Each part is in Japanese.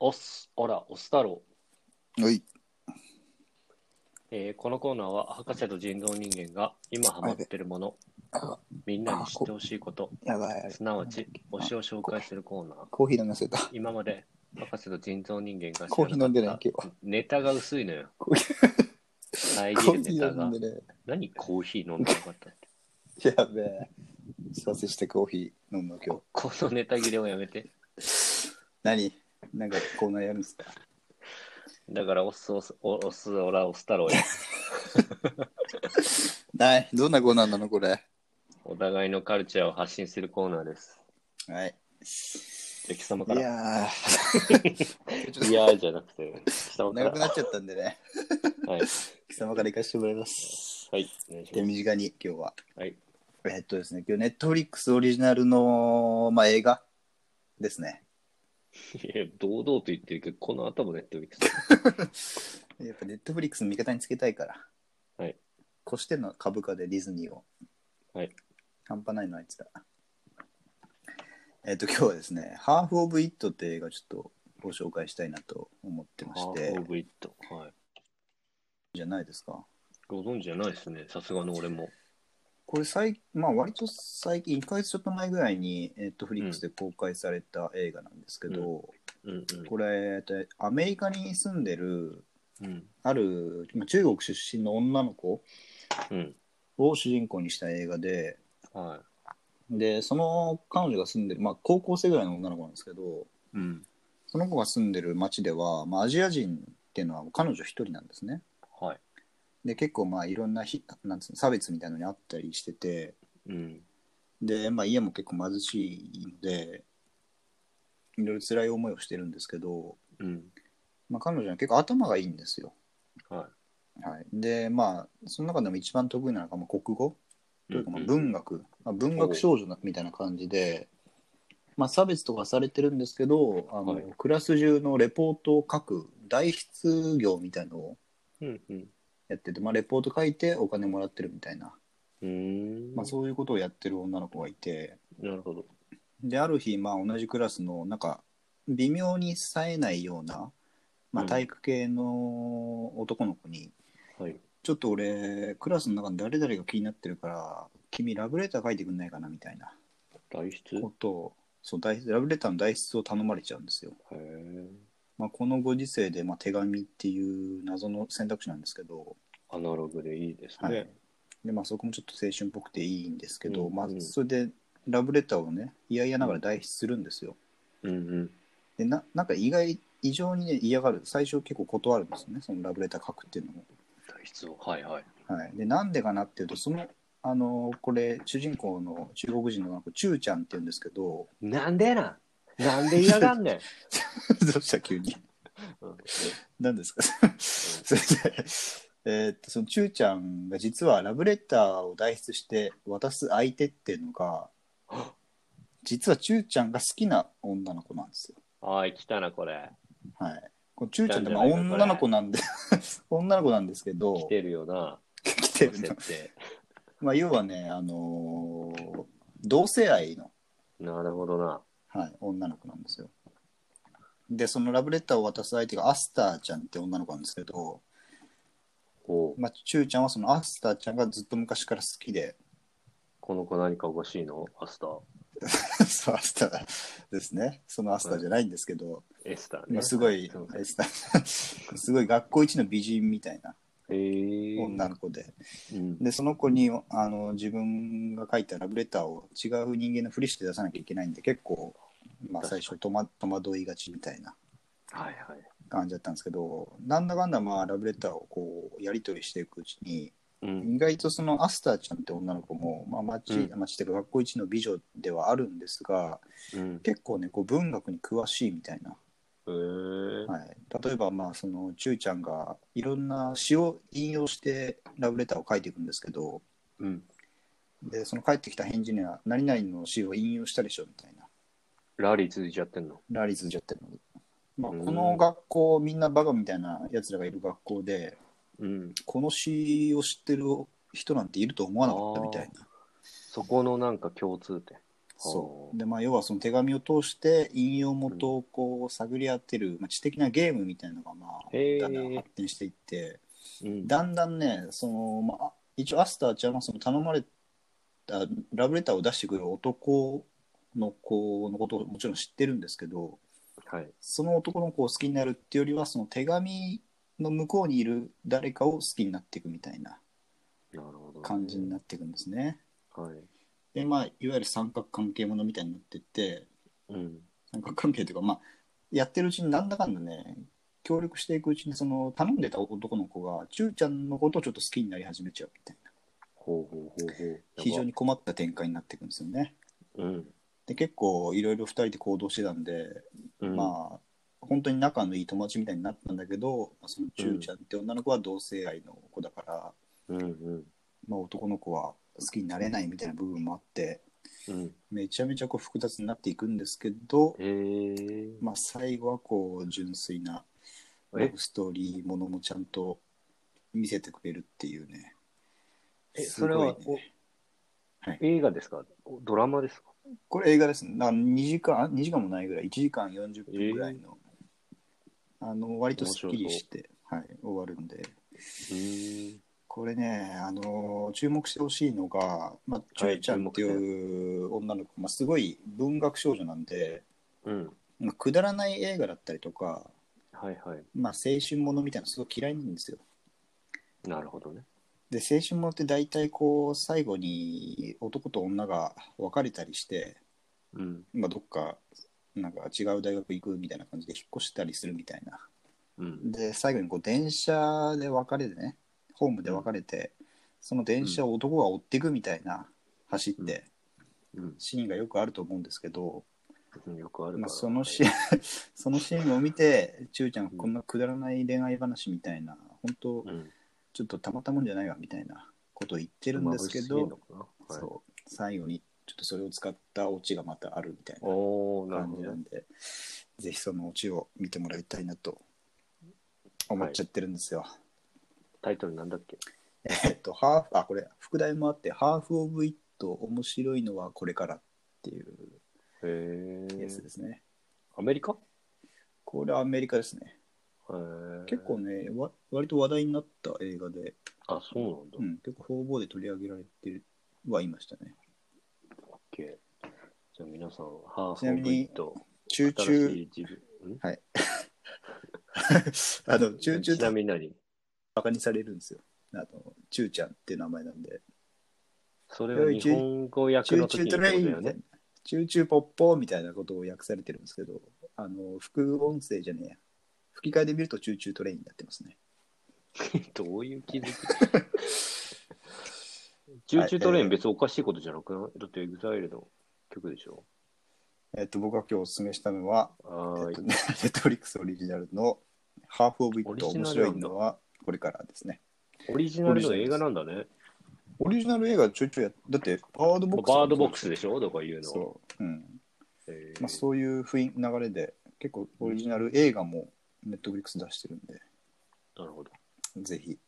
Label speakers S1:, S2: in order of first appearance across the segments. S1: オス、オラ、オス太郎。
S2: はい。
S1: えーこのコーナーは博士と人造人間が今ハマってるもの、
S2: あ
S1: みんなに知ってほしいこと、
S2: やばいやばい
S1: すなわち推しを紹介するコーナー。
S2: コーヒー飲み忘れた。
S1: 今まで博士と人造人間が
S2: コーヒー飲んでない
S1: なかった
S2: 今日は。
S1: ネタが薄いのよ。
S2: コーヒ
S1: 遮
S2: ーコ
S1: る
S2: ー
S1: ネ
S2: ヒ
S1: タ
S2: ー飲
S1: が
S2: ん。でね。
S1: 何コーヒー飲んでなかったって。
S2: やべえ。幸せしてコーヒー飲むの今日
S1: こ。このネタ切れをやめて。
S2: 何なんかコーナーやるんですか
S1: だからオス、オス、オオス、オラ、オス太郎や。
S2: ない。どんなコーナーなのこれ。
S1: お互いのカルチャーを発信するコーナーです。
S2: はい。
S1: で貴様
S2: い
S1: から。
S2: やー。ちょっ
S1: いやーじゃなくて、貴様
S2: と
S1: か
S2: 長
S1: ら
S2: く。なっちゃったんでね。
S1: はい。
S2: 貴様から行かせてもらいます。
S1: はい。お願いし
S2: 手
S1: ま
S2: 短に今日は。
S1: す。はい。
S2: えっとですね、今日ネットフリックスオリジナルの、まあ、映画ですね。
S1: いや、堂々と言ってるけど、この後もネットフリックス。
S2: やっぱネットフリックスの味方につけたいから。
S1: はい。
S2: 越しての株価でディズニーを。
S1: はい。
S2: 半端ないのあいつら。えっ、と、今日はですね、ハーフ・オブ・イットって映画ちょっとご紹介したいなと思ってま
S1: ハ
S2: して
S1: ーフオ、ブイット。はい。
S2: じゃないですか。
S1: ご存知じゃないですね。さすがの俺も。
S2: これ最、まあ、割と最近、1ヶ月ちょっと前ぐらいにネットフリックスで公開された映画なんですけど、
S1: うん
S2: これ、えっとアメリカに住んでる、
S1: うん。うん。
S2: あるまあ中国出身の女の子
S1: うん。
S2: を主人公にした映画で、
S1: は
S2: でその彼女が住んでる、まあ、高校生ぐらいの女の子なんですけど
S1: い。うん。
S2: その子が住んでる町では、まあ、アジア人っていうのは彼女一人なんですね
S1: はい。
S2: で結構まあいろんなひなんつうの差別みたいなのにあったりしてて
S1: うん。
S2: で、まあ、家も結構貧しいのでいろいろ辛い思いをしてるんですけど、
S1: うん。
S2: まあ、彼女は結構頭がいいんですよ、
S1: は
S2: はい、でまあその中でも一番得意なのがまあ国語
S1: い。
S2: というかまあ
S1: ん
S2: 文学、まあ、文学少女なみたいな感じで、まあ、差別とかされてるんですけどあの、
S1: はい
S2: クラス中のレポートを書く代筆業みたいのを
S1: うんうん。
S2: やってて、まあ、レポート書いてお金もらってるみたいな、
S1: うーん。
S2: まあ、そういうことをやってる女の子がいて
S1: なるほど。
S2: である日、まあ、同じクラスのなんか微妙に冴えないような、まあ、
S1: うん
S2: 体育系の男の子に、
S1: はい。
S2: ちょっと俺クラスの中の誰々が気になってるから君ラブレター書いてくんないかなみたいな。
S1: 代筆へ
S2: ことをそう代筆ラブレターの代筆を頼まれちゃうんですよ。
S1: え。
S2: まあ、このご時世で、まあ、手紙っていう謎の選択肢なんですけど、
S1: アナログでいいです
S2: はい
S1: ね。
S2: でまあ、そこもちょっと青春っぽくていいんですけど、
S1: うん
S2: まあ
S1: うん、
S2: それでラブレターをね嫌々ながら代筆するんですよ。
S1: うんうん。
S2: でななんか意外異常に、ね、嫌がる最初結構断るんですよねそのラブレター書くっていうのも。
S1: 代筆を。はいはい。
S2: はい、でなんでかなっていうとそのあのこれ主人公の中国人のなんかチューちゃんって言うんですけど
S1: なんでなんなんで嫌がんねん。
S2: どうした急に。
S1: うん
S2: 何ですかそれで、えーっとそのちゅうちゃんが実はラブレターを代筆して渡す相手っていうのが実はちゅうちゃんが好きな女の子なんですよ。
S1: おい、来たな、これ。
S2: はい、このちゅうちゃんってまあ
S1: 来たんじゃないか
S2: 女の子なんで 女の子なんですけ
S1: 来
S2: ど
S1: てるよな。
S2: 来てる
S1: 設
S2: の
S1: 定。
S2: まあ要はね、あのー同性愛の、
S1: なるほどな。
S2: はい、女の子なんですよ。でそのラブレターを渡す相手がアスターちゃんって女の子なんですけど、
S1: おう
S2: まあ、ちゅうちゃんはそのアスターちゃんがずっと昔から好きで、
S1: この子何かおかしいのアスター。
S2: そうアスターですね。そのアスターじゃないんですけど、
S1: エスター
S2: ま
S1: ね。
S2: あすごい、
S1: そう
S2: アスター すごい学校一の美人みたいな
S1: へえ。
S2: 女の子で、
S1: うん。
S2: で、その子にあの自分が書いたラブレターを違う人間のふりして出さなきゃいけないんで、結構、まあ、最初戸惑戸惑いがちみたいな
S1: はいはい。
S2: 感じだったんですけど、なんだかんだ、まあ、ラブレターをこうやり取りしていくうちに、
S1: うん。
S2: 意外とそのアスターちゃんって女の子も、まあ、町、
S1: う
S2: 町っていうか学校一の美女ではあるんですが
S1: うん。
S2: 結構ねこう文学に詳しいみたいな、
S1: へえ。
S2: はい、例えばまあそのちゅうちゃんがいろんな詩を引用してラブレターを書いていくんですけど
S1: うん。
S2: でその返ってきた返事には「何々の詩を引用したでしょ」みたいな
S1: ラリー続いちゃってんの。
S2: ラリーズじゃってるので、まあ、
S1: うん
S2: この学校みんなバカみたいなやつらがいる学校で
S1: うん。
S2: この詩を知ってる人なんていると思わなかったみたいな
S1: そこのなんか共通点。
S2: そうでまあ、要はその手紙を通して引用元をこう探り当てる、まあ、知的なゲームみたいなのがまあ
S1: へー
S2: だんだん発展していって
S1: うん。
S2: だんだんねその、まあ、一応アスターちゃんはその頼まれたラブレターを出してくる男の子のことをもちろん知ってるんですけど
S1: はい。
S2: その男の子を好きになるっていうよりはその手紙の向こうにいる誰かを好きになっていくみたいな
S1: なるほど。
S2: 感じになっていくんですね。
S1: はい。
S2: でまあ、いわゆる三角関係ものみたいになってって
S1: うん。
S2: 三角関係というか、まあ、やってるうちになんだかんだね協力していくうちにその頼んでた男の子がちゅうちゃんのことをちょっと好きになり始めちゃうみたいな
S1: ほうほうほうほう。やば
S2: 非常。に困った展開になっていくんですよね。
S1: うん。
S2: で結構いろいろ2人で行動してたんで、
S1: うん。
S2: まあ本当に仲のいい友達みたいになったんだけどまあそのちゅうちゃんって女の子は同性愛の子だか
S1: う
S2: ら、
S1: んうん。
S2: まあ、男の子は好きになれないみたいな部分もあって
S1: うん。
S2: めちゃめちゃこう複雑になっていくんですけど、
S1: えー。
S2: まあ、最後はこう純粋なラ
S1: え
S2: ブストーリーものもちゃんと見せてくれるっていうね。
S1: え、
S2: すご
S1: そ
S2: い
S1: れ
S2: ね
S1: は、お
S2: はい
S1: 映画ですかおドラマですか
S2: これ映画ですね。なんか2時間、あ2時間もないぐらい、1時間40分ぐらいの、あの割とすっきりして、はい、終わるんで。
S1: うん。
S2: これね、あのー注目してほしいのが、まあ、ちゅうちゃんっていう女の子、まあ、すごい文学少女なんで、
S1: うん。
S2: まあ、くだらない映画だったりとか、
S1: はいはい。
S2: まあ、青春ものみたいなのすごい嫌いなんですよ。
S1: なるほどね。
S2: で青春ものって大体こう最後に男と女が別れたりして、
S1: うん。
S2: まあ、どっかなんか違う大学行くみたいな感じで引っ越したりするみたいな
S1: うん。
S2: で最後にこう電車で別れてねホームで別れて、その電車を男が追っていくみたいな走って、
S1: うん。
S2: シーンがよくあると思うんですけど、
S1: うんよくあるから。
S2: まあ、そのシーン そのシーンを見てちゅうちゃんこんなくだらない恋愛話みたいな本当
S1: うん。
S2: ちょっとたまったもんじゃないわみたいなことを言って
S1: い
S2: るんですけど、
S1: はい、
S2: そう最後にちょっとそれを使ったオチがまたあるみたいな
S1: おおなる
S2: 感
S1: ほ
S2: じ
S1: ど
S2: な
S1: ね。
S2: んで、ぜひそのオチを見てもらいたいなと思っちゃってるんですよ。
S1: タイトルなんだっけ
S2: えっと、ハーフ、あ、これ、副題もあって、ハーフ・オブ・イット、面白いのはこれからっていう
S1: へー
S2: やつですね。
S1: アメリカへ
S2: これはアメリカですね。
S1: ー
S2: 結構ね、わ割と話題になった映画で、
S1: あ、そうなんだ。
S2: う
S1: オッ
S2: ん、結構方々で取り上げられてるはいましたね。
S1: ケーじゃあ皆さん、ハー
S2: ちなみ
S1: フオ
S2: に
S1: ブイット、
S2: 中
S1: 新
S2: 中、
S1: しい自分。ん
S2: あの、チューチュー
S1: ちなみに何
S2: バカにされるんですよ。あの、チューちゃんっていう名前なんで。
S1: それは日本語
S2: チ
S1: 訳
S2: ュー
S1: の
S2: チ
S1: 時
S2: ュー
S1: に
S2: ト
S1: こ
S2: レイ
S1: と
S2: ン
S1: だよ
S2: みたいな
S1: ね。。
S2: チューチューポッポーみたいなことを訳されてるんですけど、あの、副音声じゃねえや。吹き替えで見るとチューチュートレインになってますね。
S1: どういう気づ きチューチュートレイン別におかしいことじゃなくないだってエグザイルの曲でしょ
S2: えっと、僕が今日お勧めしたのは、
S1: あ
S2: えっ
S1: ー
S2: と、ネ ットフリックスオリジナルのハーフ・オブ・イット
S1: オリジ
S2: 面
S1: ナル
S2: 白
S1: ないんだ
S2: のはこれからですね。
S1: オリジナルの映画なんだね。
S2: オリジナル映画ちょいちょいやだって、バードボックス。
S1: バードボックスでしょとか言うの。
S2: そう。うん。
S1: へー
S2: まあ、そういう雰囲流れで、結構オリジナル映画もネットフリックス出してるんで、
S1: なるほど。
S2: ぜひ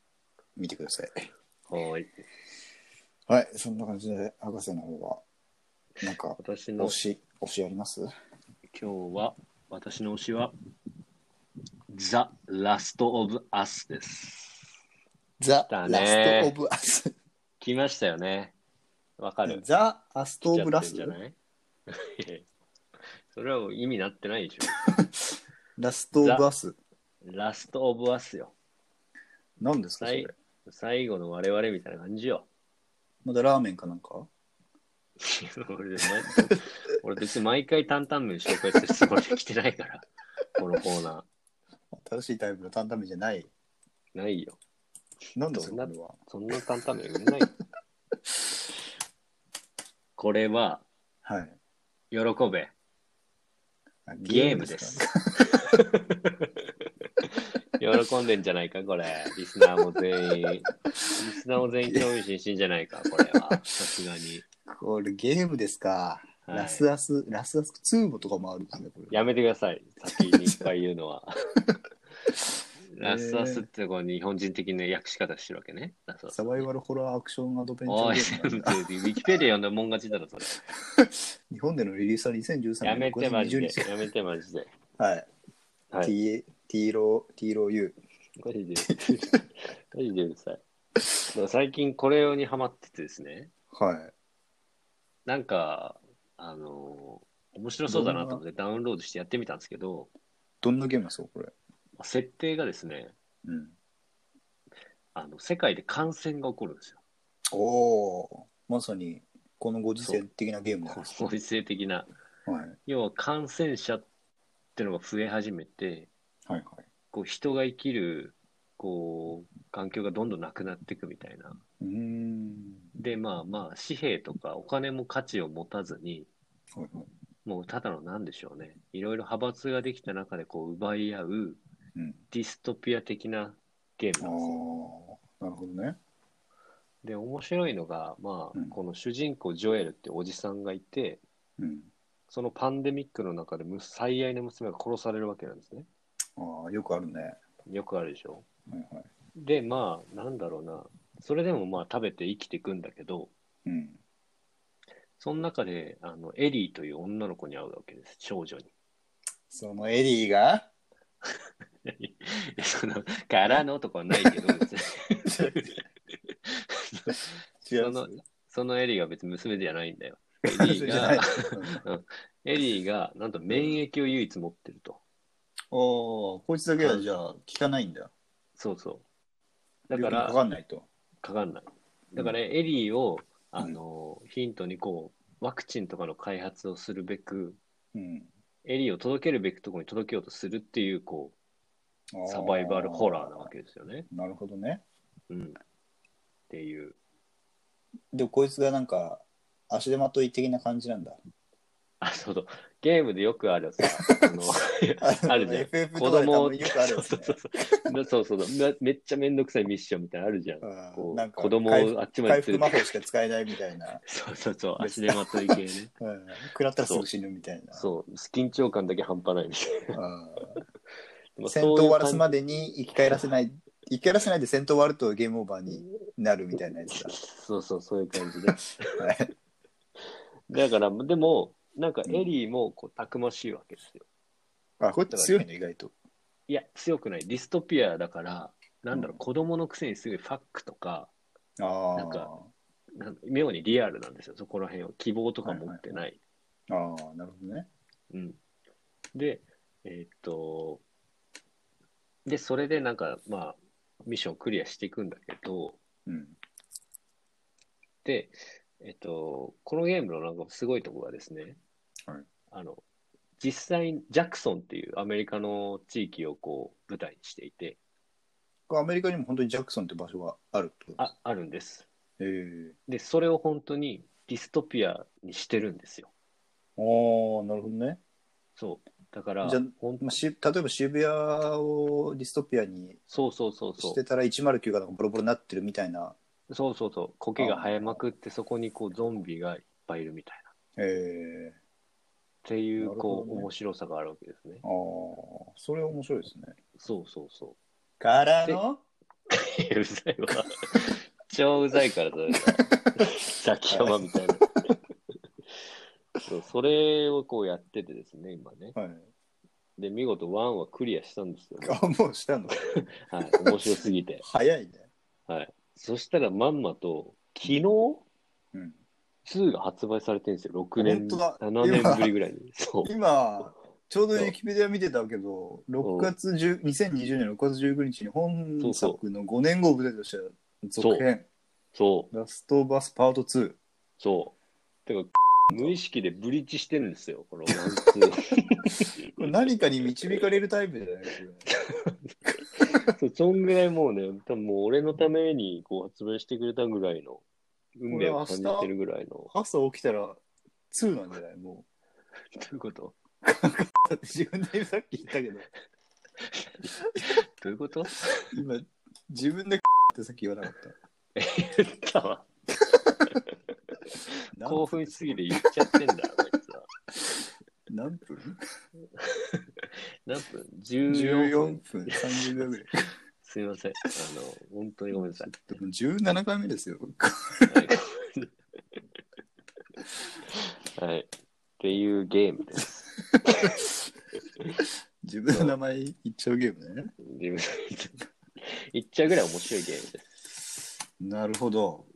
S2: 見てください。
S1: はーい。
S2: はい、そんな感じで、博士の方は、なんか、
S1: 私の
S2: 推し、推しあります
S1: 今日は、私の推しは、ザ・ラスト・オブ・アスです。
S2: ザ・
S1: だ
S2: ラ
S1: ね
S2: スト・オブ・アス。
S1: 来ましたよね。わかる。
S2: ザ・アスト・オ
S1: 来ちゃ
S2: ブ・
S1: っ
S2: ラ
S1: てん
S2: ス
S1: じゃない それはもう意味なってないでしょ。
S2: ラスト・オブ・アス。
S1: ラスト・オブ・アスよ。
S2: 何ですか、それ
S1: 最。最後の我々みたいな感じよ。
S2: まだラーメンかなんか
S1: 俺毎俺別に毎回担々麺紹介するつもりで来てないから、このコーナ
S2: 新しいタイプの担々麺じゃない。
S1: ー。ないよ。
S2: なんだそ
S1: そんな
S2: れは。
S1: そんな担々麺売れないよ。 これは、
S2: はい。
S1: 喜べ。
S2: あ
S1: ゲームです
S2: か。。
S1: 喜んでんじゃないか、これ。リスナーも全員。リスナーも全員興味津々じゃないか、これは。さすがに。
S2: これゲームです
S1: は
S2: か。
S1: い
S2: ラスアス、ラスアス2もとかもあるんですね、これ。
S1: やめてください。先にいっぱい言うのは。ラスアスってこう日本人的な訳し方してるわけね。ラスアス
S2: サバイバルホラーアクションアドベンチャ
S1: お
S2: ー
S1: い、
S2: ゲ
S1: ウ
S2: ームなんだ
S1: ィキペディア読んだもん勝ちだろ、それ。
S2: 日本でのリリースは2013
S1: や
S2: 年
S1: めて、マ
S2: 5
S1: ジ
S2: 月
S1: で
S2: 20日。。
S1: やめて、マジで。
S2: はい。
S1: はい。
S2: T- T ロー、T ロー U。
S1: マジで。マジでうるさい。でも最近これにハマっててですね、
S2: はい。
S1: なんか、あのー面白そうだなと思ってダウンロードしてやってみたんですけど、
S2: どんなゲームなんですか、これ。
S1: 設定がですね、
S2: うん。
S1: あの世界で感染が起こるんですよ。
S2: おおまさに、このご時世的なゲームなんです
S1: ご時世的な。
S2: はい。はい
S1: 要は感染者ってのが増え始めて、
S2: はい。
S1: こう人が生きるこう環境がどんどんなくなっていくみたいな。
S2: うーん。
S1: で、まあまあ、紙幣とかお金も価値を持たずに、
S2: はいはい。
S1: もうただの何でしょうね。いろいろ派閥ができた中でこう奪い合う
S2: うん。
S1: ディストピア的なゲー
S2: あ
S1: ムなん
S2: あ
S1: ですよ。
S2: なるほどね。
S1: で、面白いのが、まあ、
S2: うん
S1: この主人公ジョエルっておじさんがいて、
S2: うん。
S1: そのパンデミックの中でむ最愛の娘が殺されるわけなんですね。
S2: ああ、よくあるね。は
S1: よくあるでしょ。
S2: いはい。
S1: で、まあ、なんだろうな。それでもまあ食べて生きていくんだけど、
S2: うん。
S1: その中で、あの、エリーという女の子に会うわけです。少女に。
S2: そのエリーが
S1: いやその、柄のとかはないけど、別に。
S2: 違。
S1: そうの、そのエリーが別に娘ではないんだ よ。エ
S2: エ
S1: リーが、エリーが、なんと免疫を唯一持ってると。
S2: おおこいつだけはじゃあ効かないんだ。
S1: そうそう。だから、
S2: か
S1: か
S2: かんないと。
S1: かんない。だから、エリーを、あの、ヒントにこう、ワクチンとかの開発をするべく、
S2: うん。
S1: エリーを届けるべきところに届けようとするっていう、こう、サバイバルホラーなわけですよね。
S2: なるほどね。
S1: うん。っていう。
S2: でもこいつがなんか足手まとい的な感じなんだ。
S1: あ、そうそう。ゲームでよくあるさ、あ の、あるじゃん
S2: FF
S1: 子
S2: とかで多
S1: 供
S2: 分よくある
S1: そう
S2: やつ
S1: そ
S2: ね
S1: うそうなそうそうそうめめっちゃめんどくさいミッションみたいなのあるじゃん。
S2: う
S1: こ
S2: んなん
S1: う
S2: か
S1: 子供
S2: 回復
S1: をあっちま
S2: 回
S1: で
S2: 復
S1: 連
S2: 魔
S1: れて
S2: 法しか使えないみたいな。
S1: そうそうそう、足でまとい系 ね。
S2: うん食らったらすぐ死ぬみたいな。
S1: そう、緊張感だけ半端ないみたいな。
S2: うん
S1: ま あ
S2: 戦闘終わらすま
S1: で。
S2: でに生き返らせない、生き返らせないで戦闘終わるとゲームオーバーになるみたいなやつだ。
S1: そうそう、そういう感じで。
S2: はい
S1: だから、でも、なんかエリーもこうたくましいわけですよ。
S2: あ、こいつ強いの意外と。
S1: いや、強くない。ディストピアだから、なんだろう、
S2: うん
S1: 子供のくせにすごいファックとか、
S2: あ
S1: なんかなん妙にリアルなんですよ、そこら辺は。希望とか持ってない。
S2: あ。ああ、なるほどね。
S1: うん、で、えーっと、で、それでなんか、まあ、ミッションをクリアしていくんだけど、
S2: うん。
S1: で、えっと、このゲームのなんかすごいところがですね、
S2: はい
S1: あの、実際にジャクソンっていうアメリカの地域をこう舞台にしていて、
S2: これアメリカにも本当にジャクソンって場所があるってことです
S1: あ、あるんです。
S2: へえ
S1: で、それを本当にディストピアにしてるんですよ。
S2: ああ、なるほどね。
S1: そう。だから、
S2: じゃあ
S1: ほん
S2: まあ、し例えば渋谷をディストピアに
S1: そうそうそうそ
S2: し
S1: う
S2: て。たら109がなんかボロボロになってるみたいな。
S1: そうそうそう。苔が生えまくって、そこにこうゾンビがいっぱいいるみたいな。
S2: へ
S1: っ
S2: え
S1: ていう、
S2: なる
S1: こ
S2: ほどね
S1: う、面白さがあるわけですね。
S2: ああ、それは面白いですね。
S1: そうそうそ
S2: から
S1: のう。うるさいわ。超うざいから、それ が。崎山みたいな。そうそれをこうやっててですね、今ね。
S2: はい。
S1: で、見事1はクリアしたんですよ。
S2: あ、もうしたの
S1: はい。面白すぎて。
S2: 早いね。
S1: はい。そしたらまんまと、昨日
S2: うん、
S1: 2が発売されてるんですよ。6年、
S2: 本当だ
S1: 7年ぶりぐらいに。そう。
S2: 今、ちょうどウィキペディア見てたけど、6月10 2020年6月19日に本作の5年後を舞台とした続編、
S1: そう。
S2: ラストバスパート2。
S1: そう。てか、無意識でブリッジしてるんですよ、このワンツー
S2: これ何かに導かれるタイプじゃないですよね。
S1: そう。そんぐらいもうね、多分もう俺のためにこう発売してくれたぐらいの、運命を感じてるぐらいの。ど
S2: 朝起きたら2なんじゃないも
S1: ういうこと
S2: う。だって自分でさっき言ったけど、
S1: どういうこと
S2: 今、自分でってさっき言わなかっ
S1: 言ったわ。
S2: た。
S1: 興奮しすぎて言っちゃってんだ、あいつは。
S2: 何分
S1: 何分 ?14
S2: 14
S1: 分。
S2: 分30秒ぐらい。
S1: すいません。あの、本当にごめんなさい。
S2: でも17回目ですよ。
S1: はい。っていうゲームです。
S2: 自分の名前言っちゃうゲームね。
S1: 自分で言っちゃうぐらい面白いゲームです。
S2: なるほど。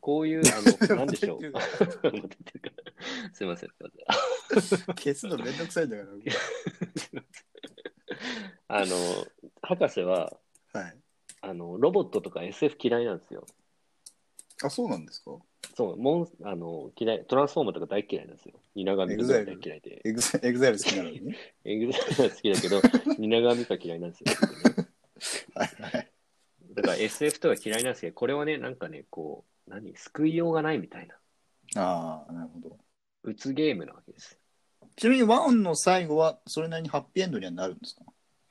S1: こういう、あ の、なんでしょう。
S2: 待
S1: もう出てるからすいません。すいません
S2: 消すのめんどくさいんだか
S1: あの、博士は、
S2: ら。はい。
S1: あの、ロボットとか SF 嫌いなんですよ。
S2: あ、そうなんですか
S1: そう、モン、あの、嫌い、トランスフォーマーとか大嫌いなんですよ。稲上とか大嫌いで。
S2: エグザエグザイル好きなのにね。
S1: エグザイル好きだけど、 蜷川美香嫌いなんですよ。僕ね
S2: はいはい。
S1: だから SF とか嫌いなんですけど、これはね、なんかね、こう、何、救いようがないみたいな、
S2: ああ、なるほど。
S1: うつゲームなわけです。
S2: ちなみにワンの最後はそれなりにハッピーエンドにはなるんですか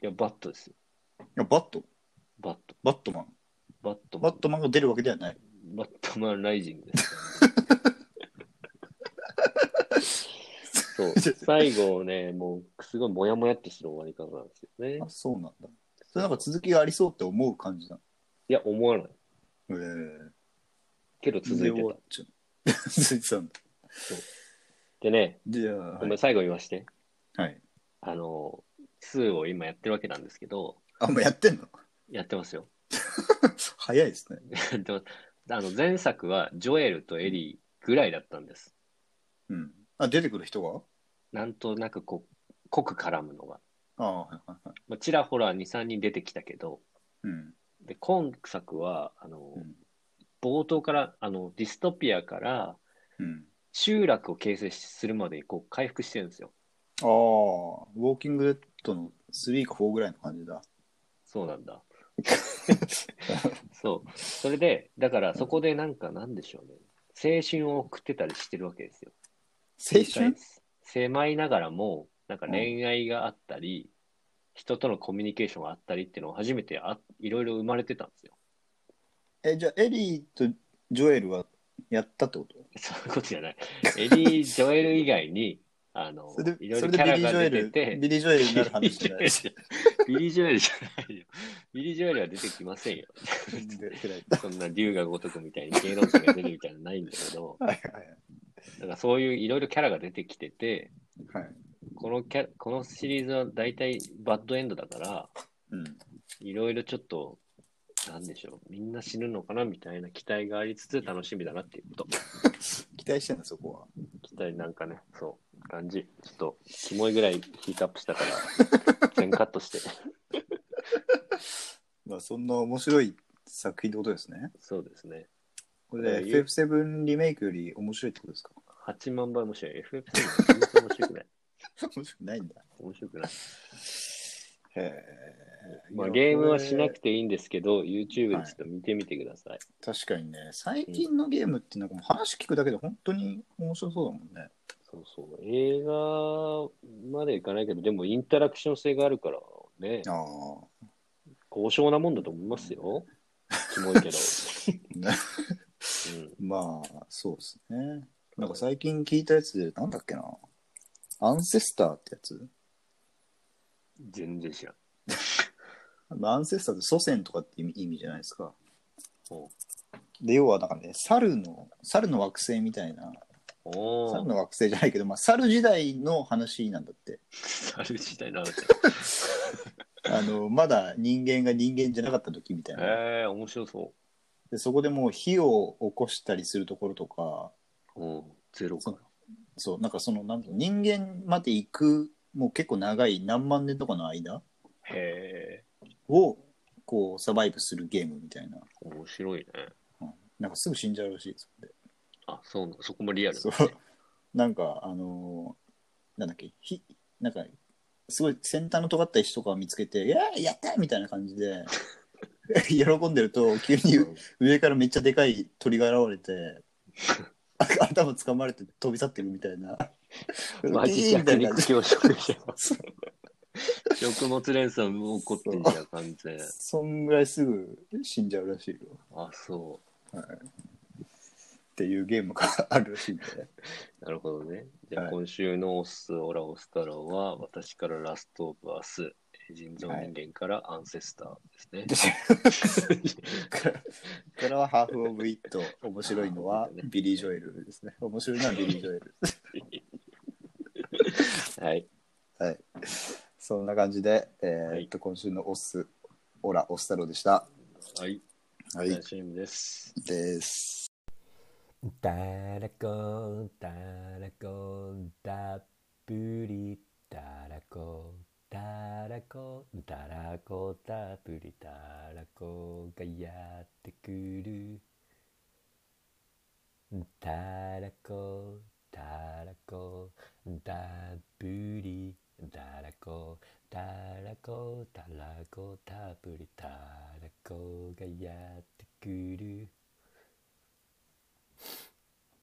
S1: いや、バットですよ。
S2: いや、バット。
S1: バット。
S2: バットマン。
S1: バットマ
S2: バ
S1: ン
S2: ッ。トマンが出るわけではない。
S1: バットマンライジングです。 そう、最後ね、もう、すごいもやもやってする終わり方なんですよね
S2: あ、。そうなんだ。それなんか続きがありそうって思う感じなの。
S1: いや、思わない。
S2: ええ
S1: けど続いてた。
S2: ちゃう。続いてたんだ。
S1: でね、
S2: じゃあ、
S1: ご
S2: は
S1: めん
S2: い。
S1: 最後言わして。
S2: はい、
S1: あの、2を今やってるわけなんですけど、
S2: あ、もうやってんの
S1: やってますよ。
S2: 早いですね。
S1: えっとあの前作はジョエルとエリーぐらいだったんです。
S2: うん。あ、出てくる人が
S1: なんとなくこう濃く絡むのが。
S2: ああ、はいはいはい。
S1: まあ、ちらほら2、3人出てきたけど、
S2: うん。
S1: で今作はあの、
S2: うん
S1: 冒頭からあのディストピアから
S2: うん。
S1: 集落を形成するまでこう回復してるんですよ。
S2: ああ、ウォーキングデッドの3か4ぐらいの感じだ。
S1: そうなん だ。そう。それで、だからそこでなんかなんでしょうね。青春を送ってたりしてるわけですよ。
S2: 青春
S1: 狭いながらも、なんか恋愛があったり、人とのコミュニケーションがあったりっていうのを初めてあいろいろ生まれてたんですよ。
S2: え、じゃあ、エリーとジョエルはやったってこと
S1: そういうことじゃない。エリー・ジョエル以外に、あの
S2: それ、
S1: い
S2: で、
S1: ろい
S2: そ
S1: ろキ
S2: れでビ
S1: ャ
S2: リ
S1: ラ
S2: ー・ジョ
S1: が
S2: エ
S1: 出て
S2: ル、
S1: て、
S2: ビリー・ジョエルになる話じゃ ない。
S1: ビリー・ジョエルじゃないよ。ビリー・ジョエルは出てきませんよ。そんな竜が如くみたいに芸能人が出るみたいなのないんだけど、
S2: はいはい
S1: だからそういういろいろキャラが出てきてて、
S2: はい。はい。
S1: このキャこのシリーズは大体バッドエンドだから、
S2: うん。
S1: いろいろちょっと、なんでしょう、みんな死ぬのかなみたいな期待がありつつ楽しみだなっていうこと。
S2: 期待してんだ、そこは。
S1: 期待なんかね、そう、感じ。ちょっと、キモいぐらいヒートアップしたから、全カットして。
S2: まあ、そんな面白い作品ってことですね。
S1: そうですね。
S2: これ
S1: はい
S2: で FF7 リメイクより面白いってこ とですか
S1: 8万倍面白い。FF7 全然面白くない。
S2: 面白くないんだ。
S1: 面白くない。
S2: へえ。
S1: まあ、
S2: いや
S1: ゲームはしな
S2: こ
S1: くていいんですけど、YouTube でちょっと見てみてください。
S2: れ確かにね、最近のゲームってなんかもう話聞くだけで本当に面白そうだもんね。
S1: そうそう。映画までいかないけど、でもインタラクション性があるからね、
S2: ああ。
S1: 高尚なもんだと思いますよ。キモい けど。うん
S2: まあ、そうですね。なんか最近聞いたやつで、なんだっけな。アンセスターってやつ
S1: 全然知らん。
S2: まあアンセスターって祖先とかって意味意味じゃないですか。
S1: おう
S2: で、要はなんかね、猿の、猿の惑星みたいな、
S1: お
S2: 猿
S1: ー
S2: の惑星じゃないけど、まあ、猿時代の話なんだって。
S1: 猿時代の話。
S2: あの、まだ人間が人間じゃなかった時みたいな。
S1: へえ、面白そ
S2: で、そこでもう火を起こしたりするところとか、
S1: う。うん、ゼロから。
S2: そう、なんかその、なんていうの人間まで行く、もう結構長い何万年とかの間
S1: へえ、
S2: を、こう、サバイブするゲームみたいな。
S1: 面白いね。
S2: うんなんかすぐ死んじゃうらしいです
S1: あ、そうなのそこもリアル。
S2: そう。なんか、あのーなんだっけ、ひ、なんか、すごい先端の尖った石とかを見つけて、いやーやったーみたいな感じで、 喜んでると、急に上からめっちゃでかい鳥が現れて、 あ頭掴まれて飛び去ってるみたいな。
S1: マジ
S2: ピーみた
S1: 弱
S2: い
S1: 肉
S2: な感じ
S1: 強食でしょ。食物連鎖も起こってんじゃん、完全。
S2: そんぐらいすぐ死んじゃうらしいよ。
S1: あ、そ
S2: っていうゲームがあるらしいんで。
S1: う。なるほどね。じゃあ、
S2: はい
S1: 今週のオス、オラオス太郎は、私からラストオブアス、人造人間からアンセスターですね。
S2: からからはハーフ・オブ・イット面白いのはビリー・ジョエルですね面白いのはビリー・ジョエル
S1: はい。
S2: はいそんな感じで、えー
S1: はい
S2: っと今週のオスオラオス太郎でした
S1: はい。
S2: は
S1: 楽しみです。
S2: です
S3: たらこたらこたっぷりたらこたらこたらこたっぷりたらこがやってくるたらこたらこたっぷりたらこたらこたらこたっぷりたらこがやってくる